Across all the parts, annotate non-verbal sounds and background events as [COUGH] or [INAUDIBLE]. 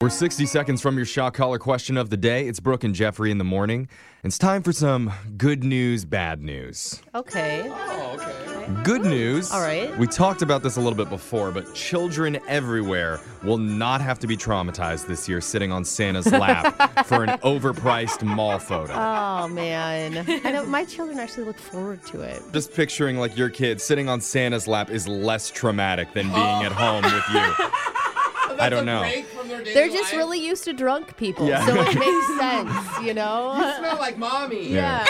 We're 60 seconds from your shot collar question of the day. It's Brooke and Jeffrey in the morning. It's time for some good news, bad news. Okay. Good news. All right. We talked about this a little bit before, but children everywhere will not have to be traumatized this year sitting on Santa's [LAUGHS] lap for an overpriced mall photo. Oh man. I know my children actually look forward to it. Just picturing like your kid sitting on Santa's lap is less traumatic than being Oh. at home [LAUGHS] with you. I don't know. They're just really used to drunk people, Yeah. so [LAUGHS] it makes sense, you know. smell like mommy. Yeah.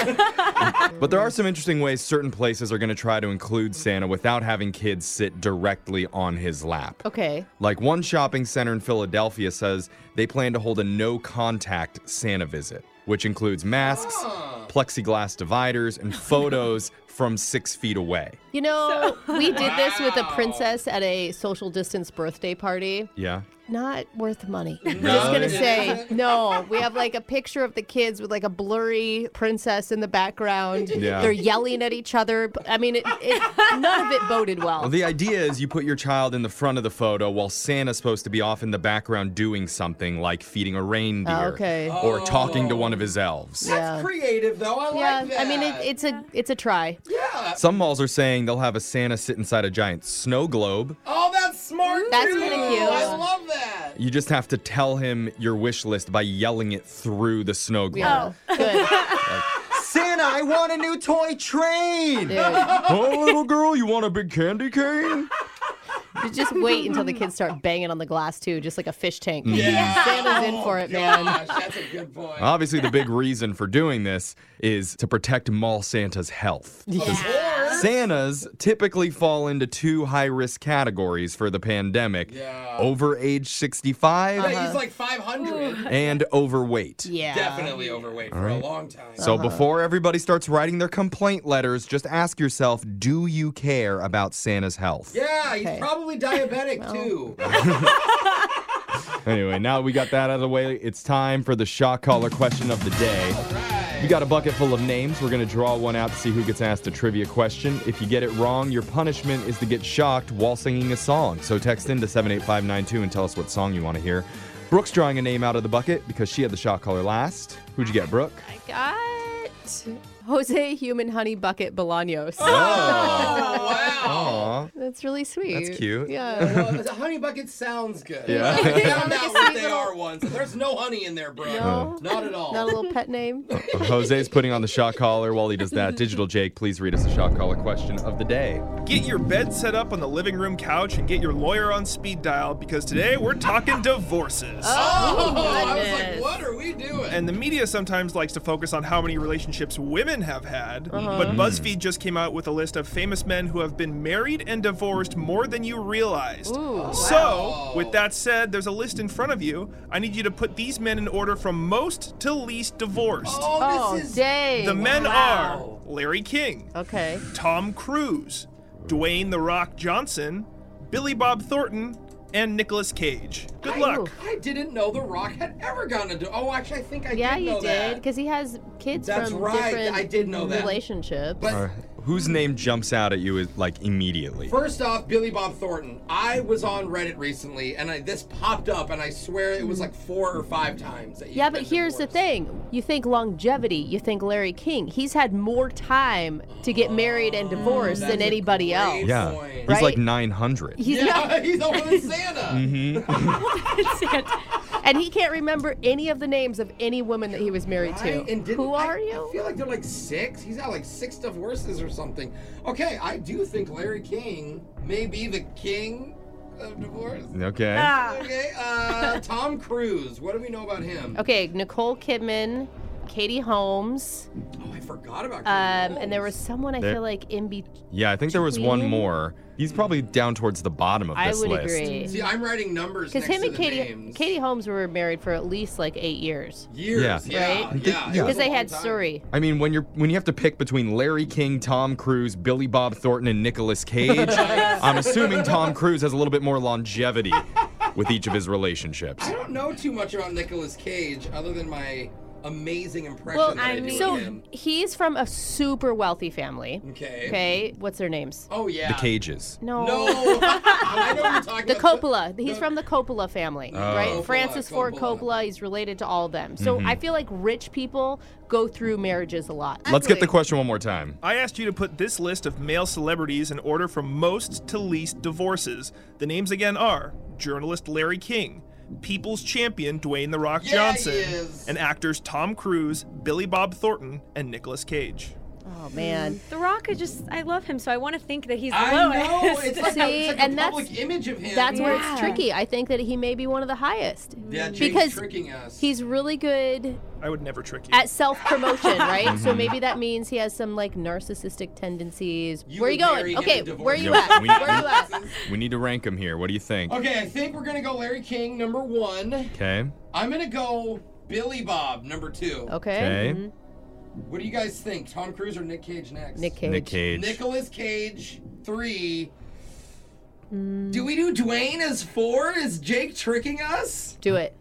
[LAUGHS] But there are some interesting ways certain places are going to try to include Santa without having kids sit directly on his lap. [LAUGHS] Okay. Like one shopping center in Philadelphia says they plan to hold a no contact Santa visit, which includes masks, Oh. plexiglass dividers, [LAUGHS] and photos from six feet away. You know, we did this with a Wow. princess at a social distance birthday party. Yeah. Not worth money. I'm just gonna [LAUGHS] say no. We have like a picture of the kids with like a blurry princess in the background. Yeah. They're yelling at each other. I mean, it, it, none of it boded well. Well, the idea is you put your child in the front of the photo while Santa's supposed to be off in the background doing something like feeding a reindeer Oh, okay. Oh. or talking to one of his elves. Yeah. Creative though, I Yeah, like that. I mean it, it's a it's a try. yeah. Some malls are saying they'll have a Santa sit inside a giant snow globe. Oh, that's smart. That's too. kinda cute. I love that. You just have to tell him your wish list by yelling it through the snow globe. Yeah. Oh. Good. Santa, I want a new toy train. oh, little girl, you want a big candy cane? Dude, just wait until the kids start banging on the glass too, just like a fish tank. Yeah. Santa's in for it, man. Oh, Gosh, that's a good point. Obviously, the big reason for doing this is to protect mall Santa's health. Or- Santas typically fall into two high risk categories for the pandemic Yeah. over age 65 Yeah, he's like 500. and overweight. Yeah. Definitely overweight for a long time. So before everybody starts writing their complaint letters, just ask yourself, do you care about Santa's health? yeah, Okay. he's probably diabetic too. [LAUGHS] Oh. Anyway, now we got that out of the way, it's time for the shock collar question of the day. We got a bucket full of names. We're going to draw one out to see who gets asked a trivia question. If you get it wrong, your punishment is to get shocked while singing a song. So text in to 78592 and tell us what song you want to hear. Brooke's drawing a name out of the bucket because she had the shock collar last. Who'd you get, Brooke? I got Jose Human Honey Bucket Bolaños. Oh, wow. Aw. That's really sweet. That's cute. Yeah. Well, the honey bucket sounds good. Yeah. I Yeah, found like a out what sweet they little- are once. and There's no honey in there, bro. No. Not at all. Oh, Not a little pet [LAUGHS] name. Jose's putting on the shock collar while he does that. Digital Jake, please read us the shock collar question of the day. Get your bed set up on the living room couch and get your lawyer on speed dial because today we're talking divorces. Oh, I was like, goodness. what are we doing? And the media sometimes likes to focus on how many relationships women have had, Uh-huh. Mm. but BuzzFeed just came out with a list of famous men who have been married and divorced more than you realized. Oh, Ooh. So, with that said, there's a list in front of you. I need you to put these men in order from most to least divorced. oh, Oh, this is dang. The men wow. are Larry King, Okay. Tom Cruise, Dwayne The Rock Johnson, Billy Bob Thornton, and Nicolas Cage. Good luck. I didn't know The Rock had ever gone to. Do- oh, actually, I think I Yeah, did know you did, that. because he has kids That's from right, different I did know that. relationships. But Whose name jumps out at you like immediately? first off, Billy Bob Thornton. I was on Reddit recently, and I, this popped up, and I swear it was like four or five times. That he's Yeah, but been here's the divorced. thing. You think longevity, you think Larry King. He's had more time to get married and divorced than That's a anybody Mm, great else. Yeah. Yeah. Right? He's like 900. He's not, [LAUGHS] Yeah, he's [LAUGHS] over with Santa. and he can't remember any of the names of any woman that he was married I- to. and didn't- Who I- are I you? feel like they're like six. He's got like six divorces or something. Okay, I do think Larry King may be the king of divorce. Okay. Okay, uh, Tom Cruise. What do we know about him? [LAUGHS] Okay, Nicole Kidman, Katie Holmes, Oh, I forgot about. um, and there was someone I There- feel like in between. Yeah, I think there was one Queen? more. He's probably down towards the bottom of I this would list. agree. See, I'm writing numbers Because next him to and the Katie, names. Katie Holmes were married for at least like eight years. Years. Yeah. Yeah. Right? Yeah. Yeah. it was Because a they long had time. Surrey. I mean, when you're when you have to pick between Larry King, Tom Cruise, Billy Bob Thornton, and Nicolas [LAUGHS] Cage, I'm assuming Tom Cruise has a little bit more longevity with each of his relationships. I don't know too much about Nicolas Cage other than my amazing impression. Well, that I, I do mean- of so him. he's from a super wealthy family. Okay. Okay, what's their names? Oh yeah. The cages. No. No. [LAUGHS] I know what you're [LAUGHS] talking The about. Coppola. He's from the Coppola family, Oh. right? Coppola, Francis Ford Coppola. Coppola. He's related to all of them. So Mm-hmm. I feel like rich people go through marriages a lot. Let's get the Ugly. question one more time. I asked you to put this list of male celebrities in order from most to least divorces. The names again are journalist Larry King, People's Champion Dwayne The Rock Yeah, he Johnson, is. and actors Tom Cruise, Billy Bob Thornton, and Nicolas Cage. Oh man. The Rock is just, I love him, so I want to think that he's the I know. lowest. It's [LAUGHS] like, See, a, it's like and a that's- public image of him. That's where Yeah. it's tricky. I think that he may be one of the highest. yeah, Jake's because tricking us. He's really good I would never trick you. at self promotion, [LAUGHS] right? So Mm-hmm. maybe that means he has some like narcissistic tendencies. You where are you would going? marry him Okay, and divorce where are you him. at? We- where are you at? We need to rank them here. What do you think? Okay, I think we're gonna go Larry King number one. Okay. I'm gonna go Billy Bob number two. Okay. Okay. Mm-hmm. What do you guys think? Tom Cruise or Nick Cage next? Nick Cage. Nick Cage. Nicholas Cage three. Do we do Dwayne as four? Is Jake tricking us? Do it.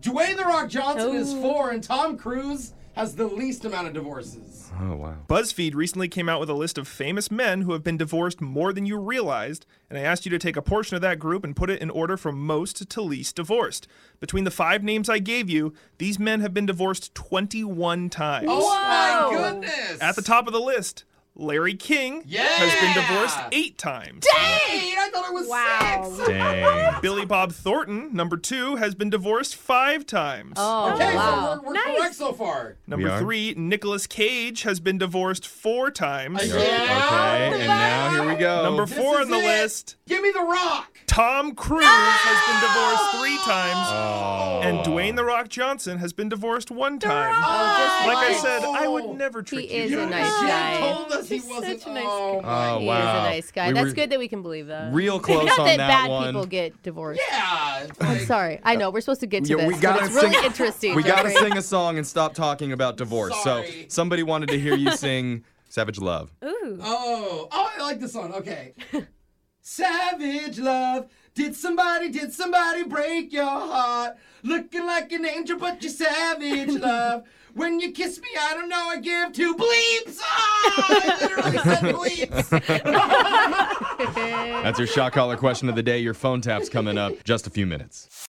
Dwayne the Rock Johnson is Oh. four, and Tom Cruise has the least amount of divorces. Oh wow. BuzzFeed recently came out with a list of famous men who have been divorced more than you realized, and I asked you to take a portion of that group and put it in order from most to least divorced. Between the five names I gave you, these men have been divorced 21 times. Oh my Whoa. goodness! At the top of the list, Larry King has been Yeah. divorced eight times. Eight? I thought it was Wow. six. Dang. Billy Bob Thornton, number two, has been divorced five times. Oh, Okay, wow. so we're, we're Nice. correct so far. We Number are. three, Nicolas Cage has been divorced four times. Yeah. Okay. And now here we go. Number This four is on the it. list, Give me the rock. Tom Cruise has been divorced three times. Oh. And Dwayne The Rock Johnson has been divorced one time. Oh, Like I nice. said, I would never trick He is you. a guys. nice Jake guy. told us he He's wasn't. such a nice oh, Oh, [LAUGHS] my He is Wow. a nice guy. We That's were good that we can believe that. [LAUGHS] Real close Not on that, that bad one. people get divorced. Yeah. I'm sorry. I know we're supposed to get to uh, Yeah, this, we gotta but it's really sing- interesting. We gotta Jeffrey. sing a song and stop talking about divorce. So Sorry. somebody wanted to hear you sing "Savage Love." [LAUGHS] Ooh. Oh, oh, I like this one. Okay. Savage love. Did somebody, did somebody break your heart? Looking like an angel, but you're savage love. When you kiss me, I don't know, I give two bleeps. Ah, I literally said bleeps. That's your shot caller question of the day. Your phone tap's coming up just a few minutes.